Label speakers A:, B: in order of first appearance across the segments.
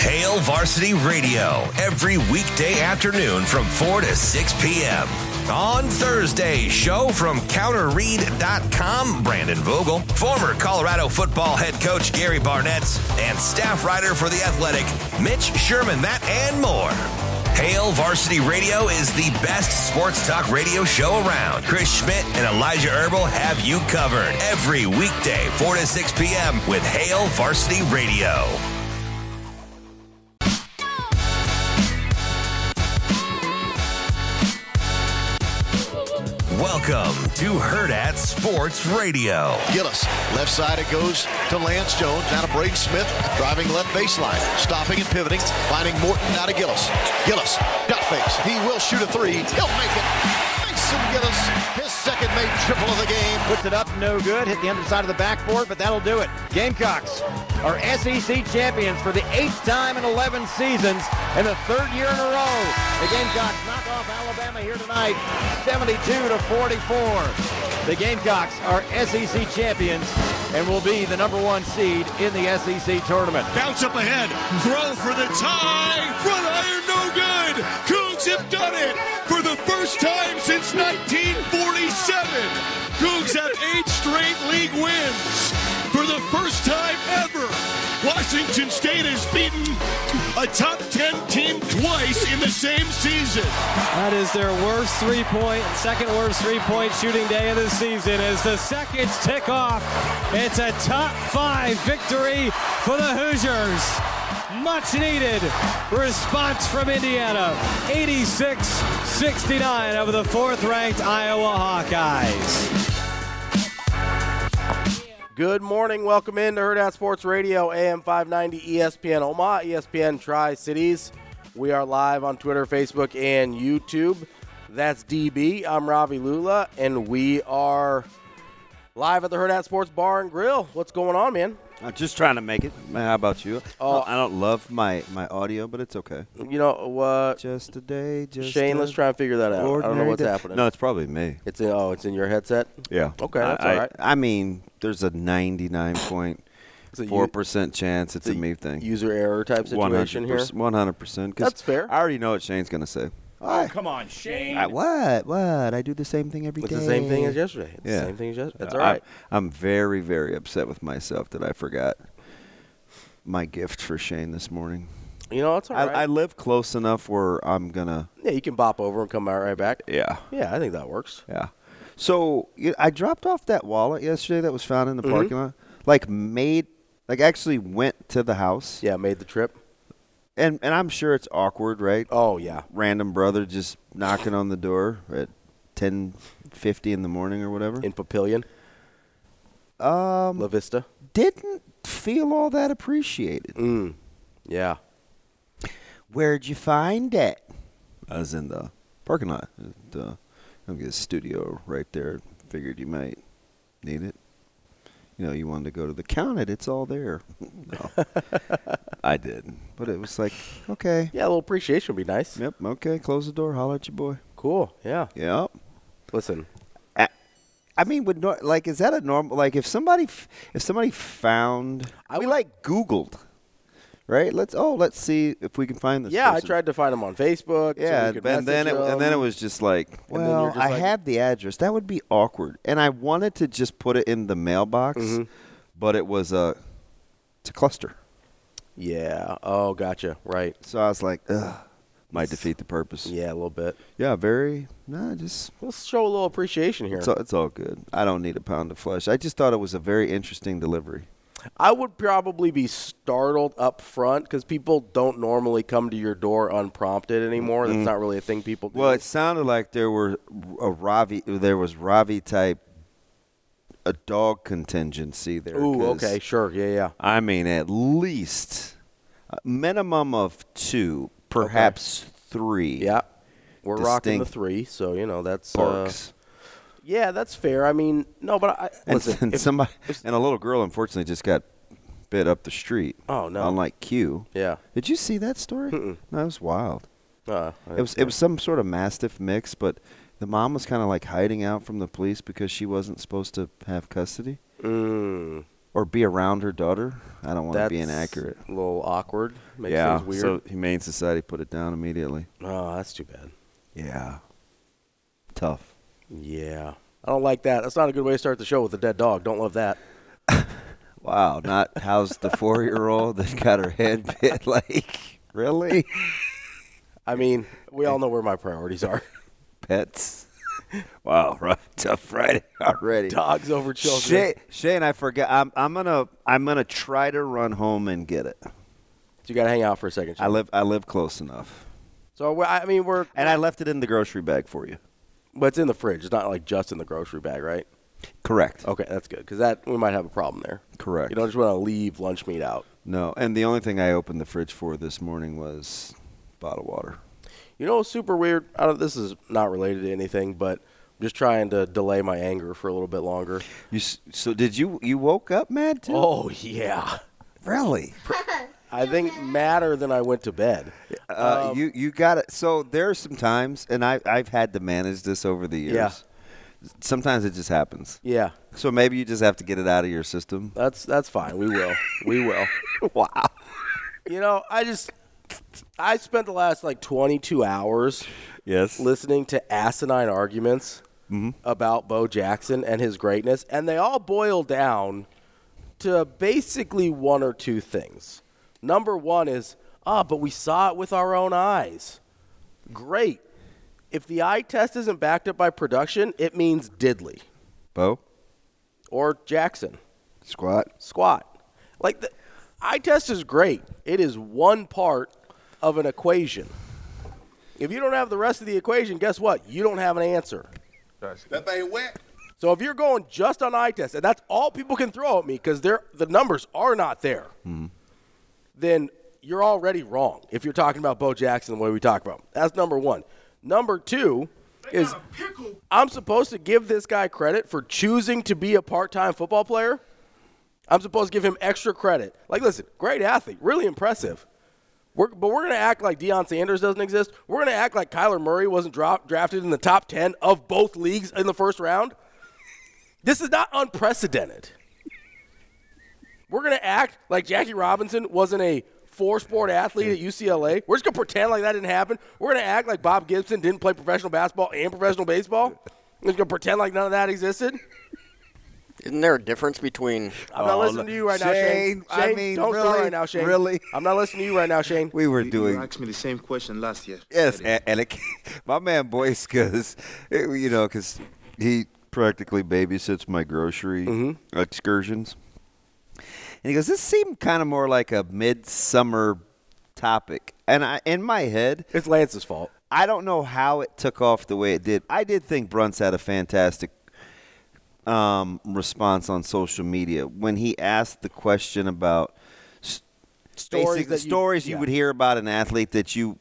A: Hail Varsity Radio every weekday afternoon from 4 to 6 p.m. On Thursday, show from counterread.com, Brandon Vogel, former Colorado football head coach Gary Barnett, and staff writer for The Athletic, Mitch Sherman, that and more. Hail Varsity Radio is the best sports talk radio show around. Chris Schmidt and Elijah Herbal have you covered every weekday, 4 to 6 p.m. with Hail Varsity Radio. Welcome to Herd at Sports Radio.
B: Gillis. Left side it goes to Lance Jones. Now to Braden Smith. Driving left baseline. Stopping and pivoting. Finding Morton. Now to Gillis. Gillis. Dot face. He will shoot a three. He'll make it. Mason Gillis. His second made triple of the game.
C: Puts it up, no good. Hit the underside of the backboard, but that'll do it. Gamecocks are SEC champions for the eighth time in 11 seasons and the third year in a row. The Gamecocks knock off Alabama here tonight, 72 to 44. The Gamecocks are SEC champions and will be the number one seed in the SEC tournament.
D: Bounce up ahead. Throw for the tie. Front iron, no good. Cougs have done it for the first time since 1947. Cougs have eight straight league wins for the first time ever. Washington State has beaten a top 10 team twice in the same season.
E: That is their worst three-point, second worst three-point shooting day of the season. As the seconds tick off, it's a top five victory for the Hoosiers. Much needed response from Indiana, 86-69 over the fourth-ranked Iowa Hawkeyes.
F: Good morning. Welcome in to Herd Out Sports Radio, AM 590 ESPN Omaha, E ESPN Tri Cities. We are live on Twitter, Facebook, and YouTube. That's DB. I'm Ravi Lula, and we are live at the Herd Out Sports Bar and Grill. What's going on, man?
G: I'm just trying to make it. Man, How about you?
F: Oh.
G: I don't love my, my audio, but it's okay.
F: You know what?
G: Just a day, just
F: Shane,
G: a
F: let's try and figure that out. I don't know
G: ordinary
F: what's
G: day.
F: happening.
G: No, it's probably me.
F: It's in, oh, it's in your headset.
G: Yeah.
F: Okay, that's
G: I,
F: all right.
G: I, I mean, there's a 99.4% chance it's a me thing.
F: User error type situation here.
G: 100%, 100%. 'cause
F: That's fair.
G: I already know what Shane's going to say.
D: Come on, Shane.
G: I, what? What? I do the same thing every day.
F: It's the same thing as yesterday. It's
G: Yeah.
F: the same thing as yesterday. That's
G: Uh,
F: all right.
G: I, am very, very upset with myself that I forgot my gift for Shane this morning.
F: you know, it's all
G: I,
F: right.
G: I live close enough where I'm gonna.
F: yeah, you can bop over and come out right back.
G: Yeah,
F: Yeah, I think that works.
G: yeah. So you- I dropped off that wallet yesterday that was found in the parking lot. Like made, like actually went to the house.
F: Yeah, made the trip.
G: And and I'm sure it's awkward, right?
F: Oh yeah.
G: Random brother just knocking on the door at ten fifty in the morning or whatever.
F: In Papillion. Um La Vista.
G: Didn't feel all that appreciated.
F: Yeah.
G: Where'd you find it? I was in the parking lot. At, uh, I'm get a studio right there. Figured you might need it. You know, you wanted to go to the count it. It's all there. no, I did. But it was like, okay,
F: Yeah, a little appreciation would be nice.
G: yep, okay. Close the door. Holler at your boy.
F: Cool. Yeah.
G: Yep.
F: Listen.
G: I mean, would nor- like is that a normal? Like if somebody f- if somebody found, I we like Googled, right? Let's oh, let's see if we can find this.
F: Yeah, I
G: person.
F: tried to find him on Facebook. so
G: Yeah,
F: we could
G: and then it,
F: message
G: and then it
F: him.
G: was just like,
F: then you're
G: well,
F: just
G: I
F: like-
G: have the address. That would be awkward, and I wanted to just put it in the mailbox,
F: Mm-hmm.
G: but it was a, it's a cluster.
F: Yeah. Oh, gotcha. Right.
G: So I was like, ugh, might defeat the purpose.
F: Yeah, a little bit.
G: yeah, very. Nah, just
F: Let's show a little appreciation here.
G: it's all, it's all good. I don't need a pound of flesh. I just thought it was a very interesting delivery.
F: I would probably be startled up front because people don't normally come to your door unprompted anymore. That's not really a thing people do.
G: Mm-hmm. Well, it sounded like there were a Ravi, there was Ravi type, a dog contingency there.
F: Ooh,
G: 'cause-
F: okay, sure, yeah, yeah.
G: I mean, at least a minimum of two, perhaps three.
F: Yeah. uh, We're rocking the
G: Distinct
F: three, so you know that's uh,
G: Parks.
F: yeah, that's fair. I mean, no, but I
G: and,
F: listen.
G: and
F: if-
G: somebody and a little girl unfortunately just got bit up the street.
F: Oh, no.
G: On like Q.
F: Yeah.
G: Did you see that story? No, it was wild.
F: uh,
G: It was it was some sort of mastiff mix, but the mom was kind of like hiding out from the police because she wasn't supposed to have custody
F: mm,
G: or be around her daughter. I don't want to
F: that's
G: be inaccurate.
F: A little awkward. Makes
G: yeah.
F: things weird.
G: So Humane Society put it down immediately.
F: oh, that's too bad.
G: Yeah. Tough.
F: Yeah, I don't like that. That's not a good way to start the show with a dead dog. Don't love that.
G: Wow, not how's the four year old that got her head bit like really?
F: I mean, we all know where my priorities are.
G: Pets. Wow, right, tough Friday already.
F: Dogs over children.
G: Shay, Shane, I forgot. I'm, I'm gonna I'm gonna try to run home and get it.
F: So you got to hang out for a second.
G: I live I live close enough,
F: so we- I mean, we're
G: and I left it in the grocery bag for you.
F: but it's in the fridge. It's not like just in the grocery bag, right?
G: Correct.
F: Okay, that's good because that we might have a problem there.
G: Correct.
F: You don't just want to leave lunch meat out.
G: No, and the only thing I opened the fridge for this morning was bottled water.
F: You know, what's super weird. I don't, this is not related to anything, but I'm just trying to delay my anger for a little bit longer.
G: You s- so did you you woke up mad too?
F: Oh yeah,
G: really?
F: I think madder than I went to bed.
G: Uh, you you got it. So there are some times, and I I've had to manage this over the years.
F: Yeah.
G: Sometimes it just happens.
F: Yeah,
G: So maybe you just have to get it out of your system.
F: that's that's fine. We will. We will. wow. You know, I just I spent the last like 22 hours
G: Yes. Mm-hmm.
F: listening to asinine arguments about Bo Jackson and his greatness, and they all boil down to basically one or two things. Number one is, ah, but we saw it with our own eyes. Great. If the eye test isn't backed up by production, it means Diddley
G: Bo,
F: or Jackson
G: squat.
F: squat. Like the eye test is great. It is one part of an equation. If you don't have the rest of the equation, guess what? You don't have an answer.
D: That thing wet.
F: So if you're going just on eye test, and that's all people can throw at me because the numbers are not there, then you're already wrong if you're talking about Bo Jackson the way we talk about him. That's number one. Number two is I'm supposed to give this guy credit for choosing to be a part time football player. I'm supposed to give him extra credit. Like, listen, great athlete, really impressive. We're, but we're going to act like Deion Sanders doesn't exist. We're going to act like Kyler Murray wasn't drop, drafted in the top 10 of both leagues in the first round. This is not unprecedented. We're going to act like Jackie Robinson wasn't a four sport athlete at UCLA. We're just going to pretend like that didn't happen. We're going to act like Bob Gibson didn't play professional basketball and professional baseball. We're just going to pretend like none of that existed.
H: Isn't there a difference between
F: I'm not listening to you right now, Shane.
G: Oh, Shane, I mean,
F: don't start
G: really?
F: right now, Shane.
G: Really?
F: I'm not listening to you right now, Shane.
G: We were
I: You
G: doing
I: asked me the same question last year.
G: yes, and, and it, my man Boyce, because you know, because he practically babysits my grocery excursions, and he goes, "This seemed kind of more like a midsummer topic," and I, in my head,
F: It's Lance's fault.
G: I don't know how it took off the way it did. I did think Brunts had a fantastic um, response on social media when he asked the question about s- basic-
F: that you-
G: stories you
F: yeah.
G: would hear about an athlete that you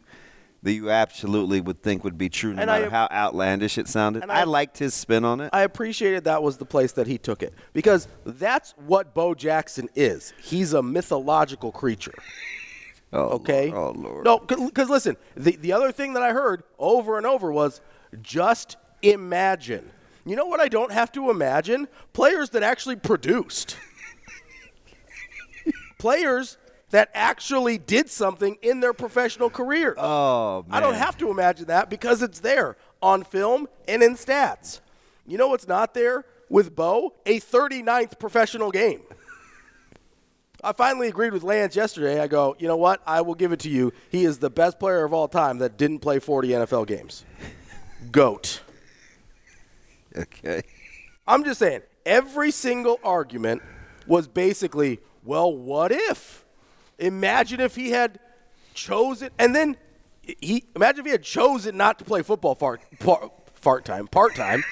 G: that you absolutely would think would be true, no
F: And I-
G: matter how outlandish it sounded.
F: and
G: I,
F: I-
G: liked his spin on it.
F: I appreciated that was the place that he took it because that's what Bo Jackson is. He's a mythological creature.
G: oh,
F: Okay.
G: Lord, oh Lord.
F: No, because listen, the the other thing that I heard over and over was just imagine. You know what? I don't have to imagine players that actually produced. players that actually did something in their professional career.
G: Oh man.
F: I don't have to imagine that because it's there on film and in stats. You know what's not there with Bo? A 39th professional game. I finally agreed with Lance yesterday. I go, you know what? I will give it to you. He is the best player of all time that didn't play 40 NFL games. Goat.
G: Okay.
F: I'm just saying, every single argument was basically, well, what if? Imagine if he had chosen, and then he imagine if he had chosen not to play football fart, part, fart time, part time,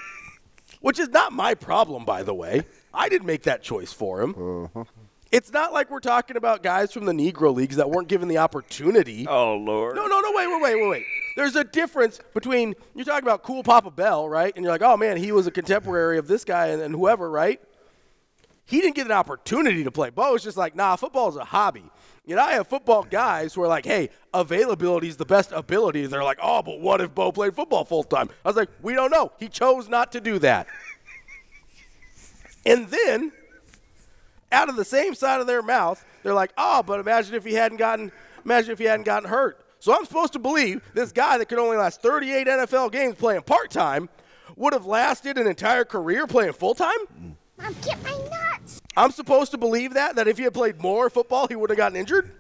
F: which is not my problem, by the way. I didn't make that choice for him. It's not like we're talking about guys from the Negro Leagues that weren't given the opportunity.
J: Oh Lord.
F: No, no, no, wait, wait, wait, wait, wait. There's a difference between you're talking about cool Papa Bell, right? And you're like, oh man, he was a contemporary of this guy and, and whoever, right? He didn't get an opportunity to play. Bo was just like, nah, football's a hobby. You know, I have football guys who are like, hey, availability is the best ability. They're like, oh, but what if Bo played football full time? I was like, we don't know. He chose not to do that. and then out of the same side of their mouth, they're like, "Oh, but imagine if he hadn't gotten, imagine if he hadn't gotten hurt." So I'm supposed to believe this guy that could only last 38 NFL games playing part time would have lasted an entire career playing full time.
K: Mom, get my nuts!
F: I'm supposed to believe that that if he had played more football, he would have gotten injured.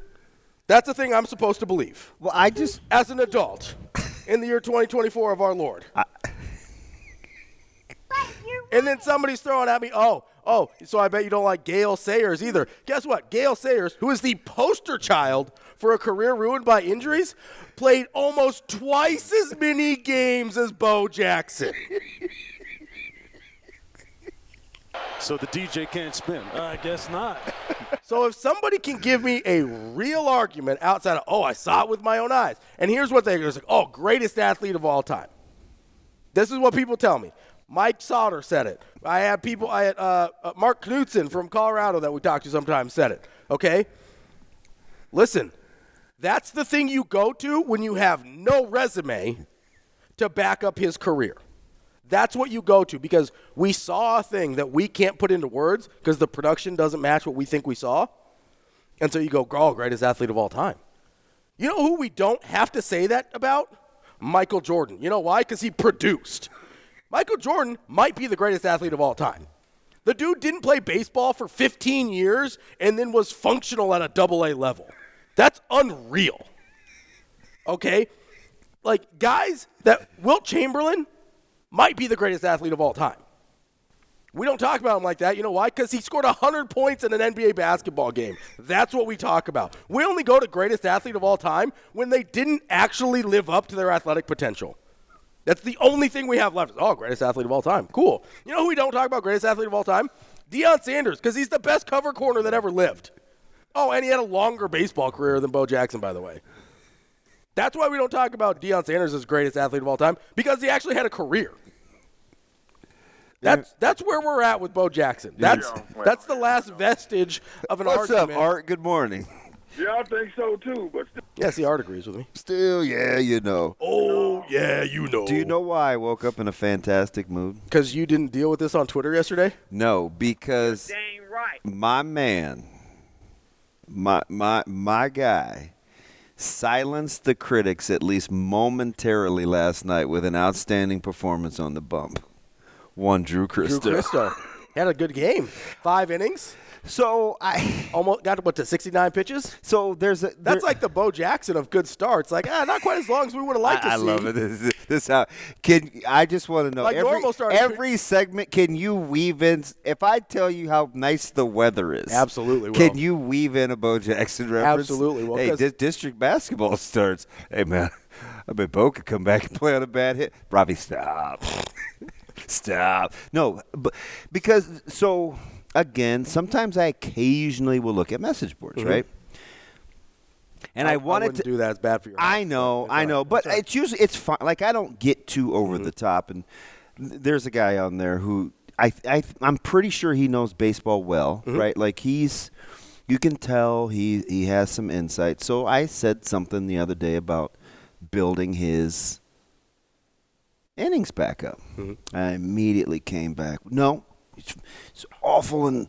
F: That's the thing I'm supposed to believe.
G: Well, I just
F: as an adult in the year 2024 of our Lord. and then somebody's throwing at me, "Oh, Oh, so I bet you don't like Gail Sayers either. Guess what? Gail Sayers, who is the poster child for a career ruined by injuries, played almost twice as many games as Bo Jackson.
L: So the DJ can't spin.
E: I guess not.
F: so if somebody can give me a real argument outside of, oh, I saw it with my own eyes, and here's what they're like, oh, greatest athlete of all time. This is what people tell me. Mike Sauter said it. I had people, I had uh, uh, Mark Knudsen from Colorado that we talk to sometimes said it. Okay? Listen, that's the thing you go to when you have no resume to back up his career. That's what you go to because we saw a thing that we can't put into words because the production doesn't match what we think we saw. And so you go, Girl, greatest athlete of all time. You know who we don't have to say that about? Michael Jordan. You know why? Because he produced. Michael Jordan might be the greatest athlete of all time. The dude didn't play baseball for 15 years and then was functional at a double A level. That's unreal. Okay? Like, guys, that Wilt Chamberlain might be the greatest athlete of all time. We don't talk about him like that. You know why? Because he scored 100 points in an NBA basketball game. That's what we talk about. We only go to greatest athlete of all time when they didn't actually live up to their athletic potential. That's the only thing we have left. Oh, greatest athlete of all time. Cool. You know who we don't talk about greatest athlete of all time? Deion Sanders, because he's the best cover corner that ever lived. Oh, and he had a longer baseball career than Bo Jackson, by the way. That's why we don't talk about Deion Sanders as greatest athlete of all time, because he actually had a career. That's that's where we're at with Bo Jackson. That's that's the last vestige of an
G: What's up,
F: argument.
G: Art? Good morning.
M: Yeah, I think so too. But still,
F: Yes, the art agrees with me.
G: Still, yeah, you know.
F: Oh yeah, you know.
G: Do you know why I woke up in a fantastic mood?
F: Because you didn't deal with this on Twitter yesterday.
G: No, because
M: dang right.
G: my man, my my my guy, silenced the critics at least momentarily last night with an outstanding performance on the bump. One Drew Christo.
F: Drew Cristo had a good game. Five innings.
G: So I
F: Almost got to what to 69 pitches.
G: so there's a
F: That's
G: there-
F: like the Bo Jackson of good starts. Like, ah, not quite as long as we would have liked to
G: I, I
F: see.
G: love it. This, is- this is how can I just want to know
F: Like
G: every,
F: normal starters, could-
G: every segment. Can you weave in? If I tell you how nice the weather is,
F: Absolutely will.
G: Can you weave in a Bo Jackson reference?
F: Absolutely will,
G: Hey,
F: 'cause-
G: di- district basketball starts. Hey man, I bet Bo could come back and play on a bad hit. Robbie, stop, stop. No, but because so again, sometimes I occasionally will look at message boards, right? And I,
F: Mm-hmm.
G: wanted
F: wouldn't
G: to
F: do that. It's bad for your.
G: I
F: health.
G: know,
F: It's
G: I
F: all
G: know,
F: right.
G: but
F: It's all right.
G: it's usually it's fine. Like I don't get too over the top, and th- there's a guy on there who I, I I'm pretty sure he knows baseball well, right? Like he's, you can tell he he has some insight. So I said something the other day about building his innings back up.
F: Mm-hmm.
G: I immediately came back. No, it's, it's awful and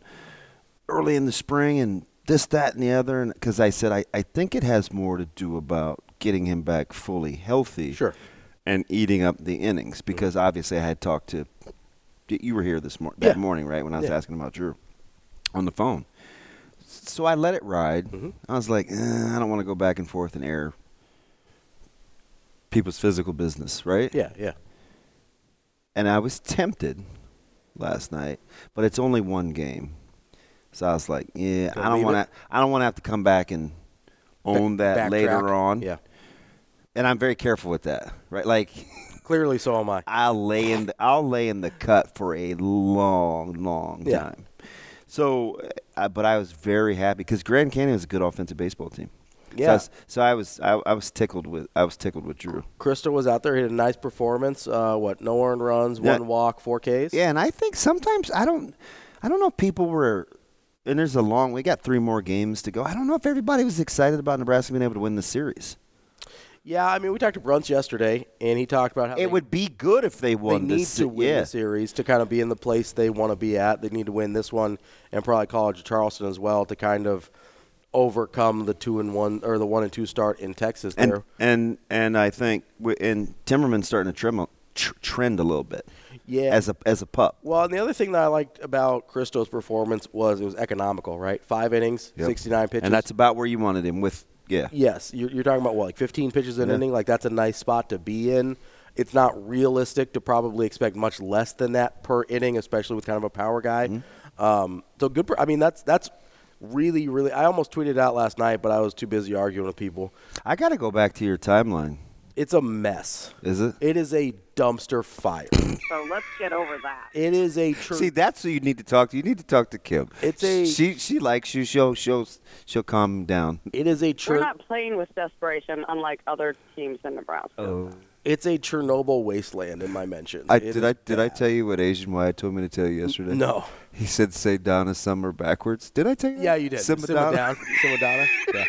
G: early in the spring and this, that, and the other. And because I said I, I think it has more to do about getting him back fully healthy.
F: Sure. Mm-hmm.
G: And eating up the innings because obviously I had talked to you were here this mor- that
F: Yeah.
G: morning, right? When I was
F: Yeah.
G: asking about Drew on the phone. So I let it ride.
F: Mm-hmm.
G: I was like, eh, I don't want to go back and forth and air people's physical business, right?
F: yeah, yeah.
G: and I was tempted last night, but it's only one game, so I was like, yeah, I don't
F: leave
G: want to. I don't want to have to come back and own that
F: Backtrack.
G: later on.
F: Yeah,
G: and I'm very careful with that, right? Like
F: clearly so am I.
G: I lay in, the, I'll lay in the cut for a long, long
F: Yeah.
G: time. So, uh, but I was very happy because Grand Canyon is a good offensive baseball team.
F: Yeah.
G: So I was, so I, was I, I was tickled with I was tickled with Drew.
F: Crystal was out there. He had a nice performance. Uh, what? No earned runs,
G: Yeah.
F: one walk, four Ks.
G: Yeah, and I think sometimes I don't I don't know if people were and there's a long we got three more games to go. I don't know if everybody was excited about Nebraska being able to win the series.
F: Yeah, I mean, we talked to Brunts yesterday, and he talked about how it
G: would be good if they won
F: They
G: the
F: need
G: se-
F: to win
G: yeah.
F: the series to kind of be in the place they want to be at. They need to win this one and probably College of Charleston as well to kind of overcome the two and one or the one and two start in Texas.
G: And
F: there,
G: and and I think we- and Timmerman's starting to trim, tr- trend a little bit.
F: Yeah.
G: As a as a pup.
F: Well, and the other thing that I liked about Cristo's performance was it was economical, right? Five innings,
G: Yep.
F: 69 pitches.
G: And that's about where you wanted him with yeah.
F: Yes, you're, you're talking about what, like 15 pitches an
G: Yeah.
F: inning? Like that's a nice spot to be in. It's not realistic to probably expect much less than that per inning, especially with kind of a power guy.
G: Mm-hmm.
F: Um, so good. Per, I mean, that's that's really, really. I almost tweeted out last night, but I was too busy arguing with people.
G: I got to go back to your timeline.
F: It's a mess.
G: Is it?
F: It is a dumpster fire.
J: So let's get over that.
F: it is a tr-
G: See, that's who you need to talk to. You need to talk to Kim.
F: It's a-
G: she. She likes you. She'll she'll she'll calm down.
F: It is a
J: We're
F: church.
J: not playing with desperation, unlike other teams in Nebraska.
G: Oh.
F: It's a Chernobyl wasteland in my mentions.
G: I,
F: It
G: did
F: is
G: I did I tell you what Asian Wyatt told me to tell you yesterday?
F: no.
G: He said say Donna summer backwards. Did I tell you? that?
F: Yeah, you did.
G: Simba
F: Simba
G: Donna.
F: down. Simba Donna. Yeah.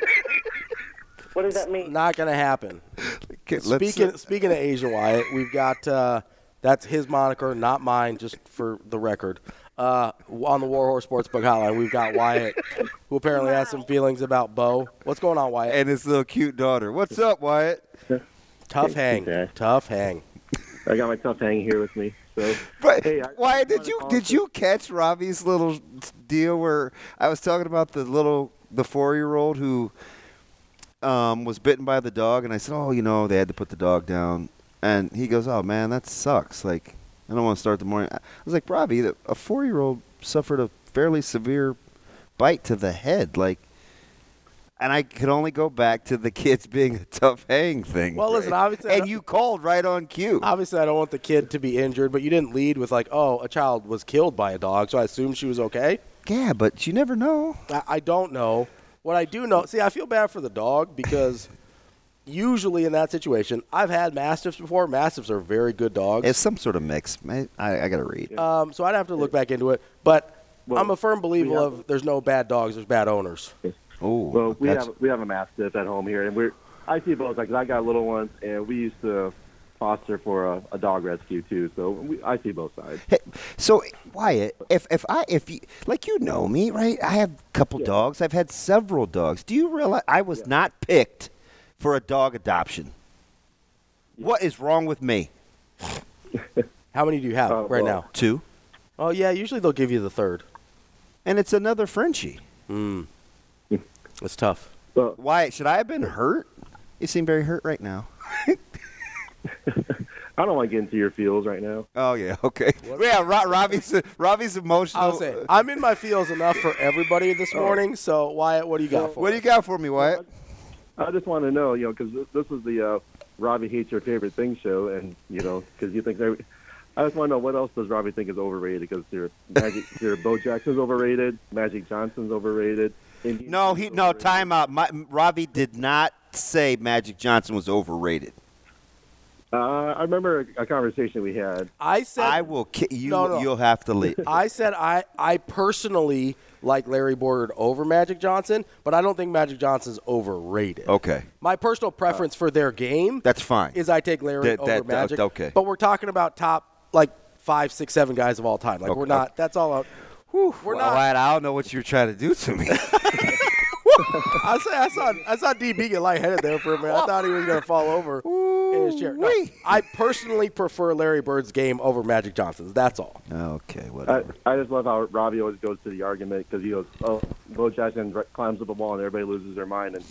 J: What does that mean?
F: Not gonna happen.
G: Okay, let's-
F: Speaking speaking of Asia Wyatt, we've got uh, that's his moniker, not mine, just for the record. Uh, on the Warhorse Sportsbook Hotline, we've got Wyatt, who apparently has some feelings about Bo. What's going on, Wyatt?
G: And his little cute daughter. What's up, Wyatt?
F: Tough hang. Tough hang.
N: I got my tough hang here with me. So,
G: But
N: hey, I,
G: Wyatt, did you did you catch Robbie's little deal where I was talking about the little the four year old who um, was bitten by the dog, and I said, oh, you know, they had to put the dog down, and he goes, oh man, that sucks. Like I don't want to start the morning. I was like, Robbie, the- a four year old suffered a fairly severe bite to the head, like. And I could only go back to the kids being a tough hang thing.
F: Well, listen,
G: right?
F: obviously, and
G: you called right on cue.
F: Obviously, I don't want the kid to be injured, but you didn't lead with like, "Oh, a child was killed by a dog," so I assume she was okay.
G: Yeah, but you never know.
F: I, I don't know. What I do know, see, I feel bad for the dog because usually in that situation, I've had mastiffs before. Mastiffs are very good dogs.
G: It's some sort of mix. Man, I, I gotta read.
F: Um, so I'd have to look back into it. But I'm a firm believer
N: have-
F: of there's no bad dogs, there's bad owners.
G: Oh,
N: well, we have we have a mastiff at home here, and we're I see both. Like 'cause I got little ones, and we used to foster for a, a dog rescue too. So we, I see both sides.
G: So Wyatt, if if I if you like you know me right, I have a couple dogs. I've had several dogs. Do you realize I was not picked for a dog adoption? What is wrong with me?
F: How many do you
G: Uh,
F: have right now?
G: Two.
F: Oh yeah, usually they'll give you the third.
G: And it's another Frenchie.
F: Mm. It's tough.
G: Wyatt, should I have been hurt? You seem very hurt right now.
N: I don't want to get into your feels right now.
G: Oh yeah, okay. Yeah, Ro- Robbie's Robbie's emotional.
F: I'll say I'm in my feels enough for everybody this morning. So Wyatt, what do you got for?
G: Oh. What do you got for me, Wyatt?
N: I just want to know, you know, because this, this is the uh, Robbie hates your favorite thing show, and you know, because you think they're. I just want to know what else does Robbie think is overrated? Because your Magic, your Bo Jackson's overrated, Magic Johnson's overrated. Indian
G: No, he no timeout. My, Robbie did not say Magic Johnson was overrated.
N: Uh, I remember a, a conversation we had.
F: I said
G: I will. Ki- you
F: No, no.
G: you'll have to leave.
F: I said I I personally like Larry Borgard over Magic Johnson, but I don't think Magic Johnson's overrated.
G: Okay,
F: My personal preference for their game
G: that's fine.
F: is I take Larry
G: That-
F: over
G: that- that-
F: Magic.
G: okay.
F: But we're talking about top like five, six, seven guys of all time. Like
G: Okay,
F: we're not. That's all out. we're
G: Well,
F: not.
G: Wyatt, I don't know what you're trying to do to me.
F: I saw, I saw, I saw DB get lightheaded there for a minute. I thought he was going to fall over in his chair. No, I personally prefer Larry Bird's game over Magic Johnson's. That's all.
G: okay,
N: I, I just love how Robbie always goes to the argument because he goes, "Oh, Bo Jackson r- climbs up a wall and everybody loses their mind," and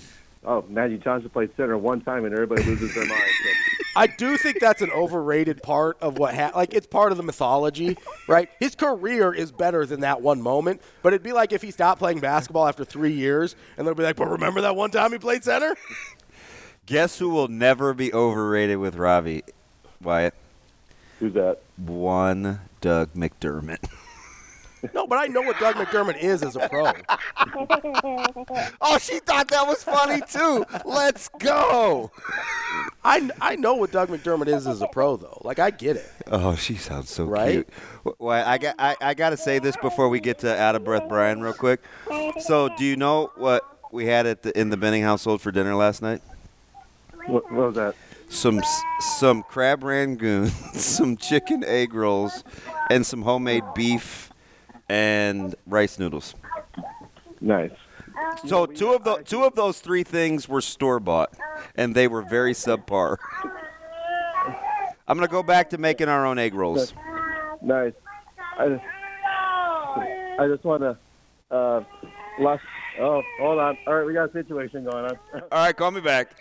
N: "Oh, Magic Johnson played center one time and everybody loses their mind." So,
F: I do think that's an overrated part of what ha- like it's part of the mythology, right? His career is better than that one moment, but it'd be like if he stopped playing basketball after three years, and they'll be like, "But remember that one time he played center?"
G: Guess who will never be overrated with Robbie? Wyatt.
N: Who's that?
G: One Doug McDermott.
M: No, but I know what Doug McDermott is as a pro.
O: oh, she thought that was funny too. Let's go.
M: I, I know what Doug McDermott is as a pro though. Like I get it.
G: Oh, she sounds so
M: Right?
G: cute. Wh- wh- I got I, I got to say this before we get to out of breath Brian real quick. So, do you know what we had at the, in the Benning household for dinner last night?
P: What, what was that?
G: Some s- some crab rangoon, some chicken egg rolls, and some homemade beef and rice noodles.
P: Nice.
G: So two of the two of those three things were store bought, and they were very subpar. I'm gonna go back to making our own egg rolls.
P: Nice. I just, I just want to. Uh, last. Oh, hold on. All right, we got a situation going on.
G: All right, call me back.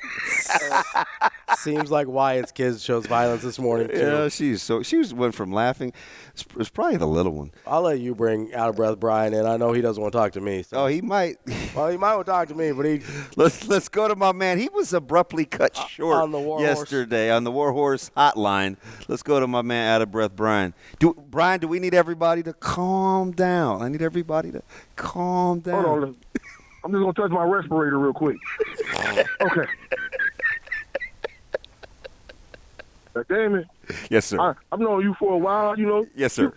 M: Seems like Wyatt's kids shows violence this morning too.
G: Yeah, she's so she was went from laughing. It's, it's probably the little one.
M: I'll let you bring out of breath Brian in. I know he doesn't want to talk to me. So.
G: Oh, he might.
M: Well, he might want to talk to me, but he
G: Let's let's go to my man. He was abruptly cut
F: Uh,
G: short
M: on the War Horse.
G: yesterday on the Warhorse Hotline. Let's go to my man, out of breath, Brian. Do Brian? Do we need everybody to calm down? I need everybody to calm down.
F: Hold on. listen. I'm just gonna touch my respirator real quick. okay. Now, Damn it.
G: Yes, sir.
F: I, I've known you for a while, you know.
G: yes, sir.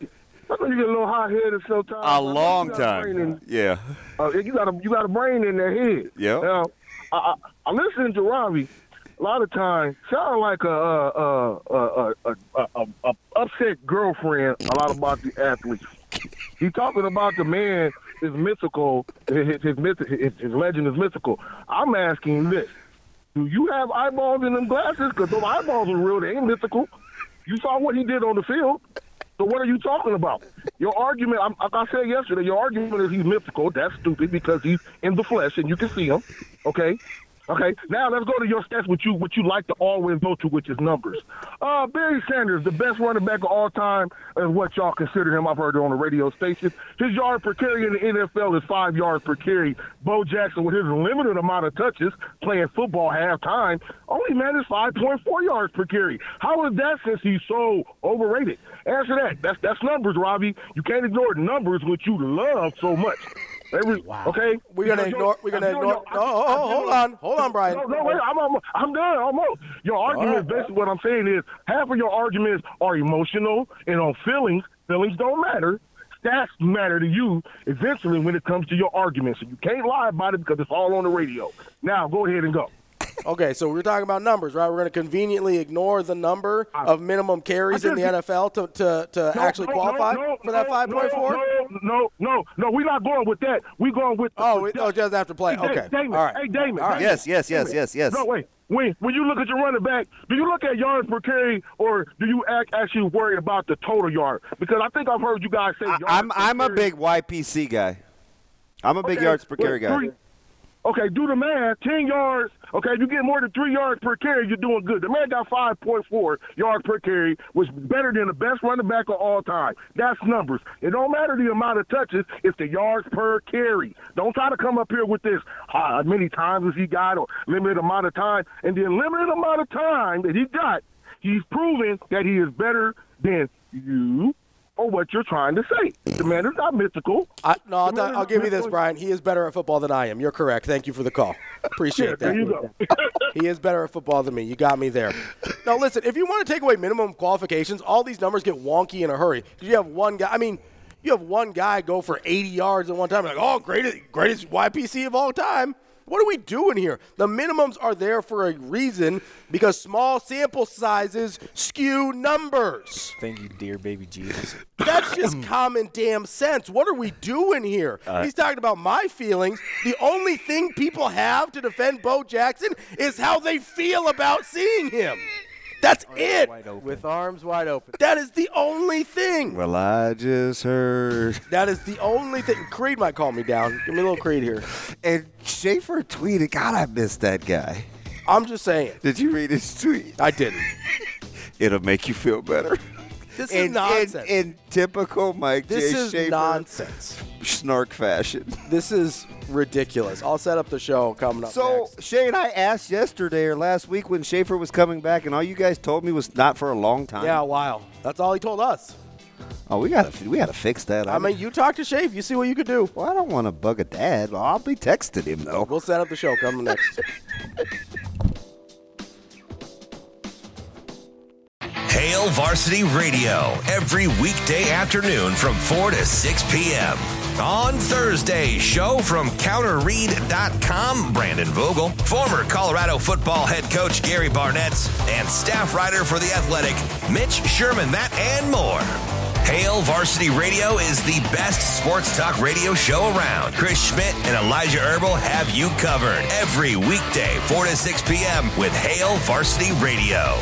F: I know you get a little hot headed sometimes.
G: A long
F: You got brain in-
G: time. Yeah.
F: Uh, you got a you got a brain in that head.
G: Yeah.
F: Now, I, I I listen to Robbie a lot of times. Sound like a uh, a a a, a, a, a, uh, a upset girlfriend. A lot about the athletes. He talking about the man is mythical. His his, myth, his his legend is mythical. I'm asking this: Do you have eyeballs in them glasses? Because those eyeballs are real. They ain't mythical. You saw what he did on the field. So what are you talking about? Your argument, I'm, like I said yesterday, your argument is he's mythical. That's stupid because he's in the flesh and you can see him. Okay, okay. Now let's go to your stats. What you what you like to always go to, which is numbers. Uh, Barry Sanders, the best running back of all time, is what y'all consider him. I've heard it on the radio station. His yard per carry in the NFL is five yards per carry. Bo Jackson, with his limited amount of touches, playing football halftime, only managed five point four yards per carry. How is that since he's so overrated? Answer that. That's that's numbers, Robbie. You can't ignore numbers, which you love so much. Every- Okay,
M: We're gonna
F: Because
M: ignore-
F: your-
M: we're gonna
F: your-
M: ignore-
F: your-
M: no, oh, oh, hold on. Hold on, Brian.
F: No, no, wait, I'm, I'm, I'm done almost. Your argument is basically what I'm saying is half of your arguments are emotional and on feelings. Feelings don't matter. Stats matter to you eventually when it comes to your arguments. So you can't lie about it because it's all on the radio. Now go ahead and go.
M: Okay, so we're talking about numbers, right? We're going to conveniently ignore the number of minimum carries in the NFL to, to, to uh, actually qualify for that 5.4?
F: No, no, no, no. We're not going with that. We're going with.
M: Oh, we, oh, just after play.
F: Hey,
M: Okay.
F: Da- Damon.
M: All right.
F: Hey, Damon.
M: All right.
F: Damon. Damon. No, wait. When, when you look at your running back, do you look at yards per carry, or do you act, actually worry about the total yard? Because I think I've heard you guys say. yards
G: I'm
F: per
G: I'm a
F: carry.
G: big YPC guy. I'm a big
F: Okay,
G: yards per
F: well,
G: carry guy.
F: three- Okay, do the math. Ten yards. Okay, if you get more than three yards per carry, you're doing good. The man got five point four yards per carry, was better than the best running back of all time. That's numbers. It don't matter the amount of touches; it's the yards per carry. Don't try to come up here with this how many times has he got or limited amount of time, and the limited amount of time that he got, he's proven that he is better than you or what you're trying to say. The man is not mythical.
M: I, no, I'll, I'll give you this, Brian. He is better at football than I am. You're correct. Thank you for the call. Appreciate
F: Yeah,
M: that.
F: there you go.
M: he is better at football than me. You got me there. Now, listen, if you want to take away minimum qualifications, all these numbers get wonky in a hurry. 'Cause You have one guy. I mean, you have one guy go for 80 yards at one time. Like, oh, greatest, greatest YPC of all time. What are we doing here? The minimums are there for a reason because small sample sizes skew numbers.
Q: Thank you, dear baby Jesus.
M: That's just common damn sense. What are we doing here?
Q: Uh,
M: He's talking about my feelings. The only thing people have to defend Bo Jackson is how they feel about seeing him. That's
G: Oh,
M: it. With arms wide open. That is the only thing.
G: Well, I just heard.
M: That is the only thing. Creed might call me down. Give me a little Creed here.
G: And Schaefer tweeted, God, I miss that guy.
M: I'm just saying.
G: Did you read his tweet?
M: I didn't.
G: It'll make you feel better.
M: This
G: In-
M: is nonsense.
G: In, in typical Mike
M: This
G: J.
M: is
G: Schaefer
M: nonsense.
G: snark fashion.
M: This is ridiculous. I'll set up the show coming up.
G: So,
M: next.
G: Shane, I asked yesterday or last week when Schaefer was coming back, and all you guys told me was not for a long time.
M: yeah, a while. That's all he told us.
G: Oh, we gotta we gotta fix that.
F: I mean, you talk to Shave. You see what you could do.
G: Well, I don't want to bug a dad. I'll be texting him though.
F: We'll set up the show. Come next.
A: Hail Varsity Radio every weekday afternoon from 4 to 6 p.m. On Thursday, show from counterread.com, Brandon Vogel, former Colorado football head coach Gary Barnett, and staff writer for The Athletic, Mitch Sherman, that and more. Hail Varsity Radio is the best sports talk radio show around. Chris Schmidt and Elijah Herbal have you covered every weekday, 4 to 6 p.m. with Hail Varsity Radio.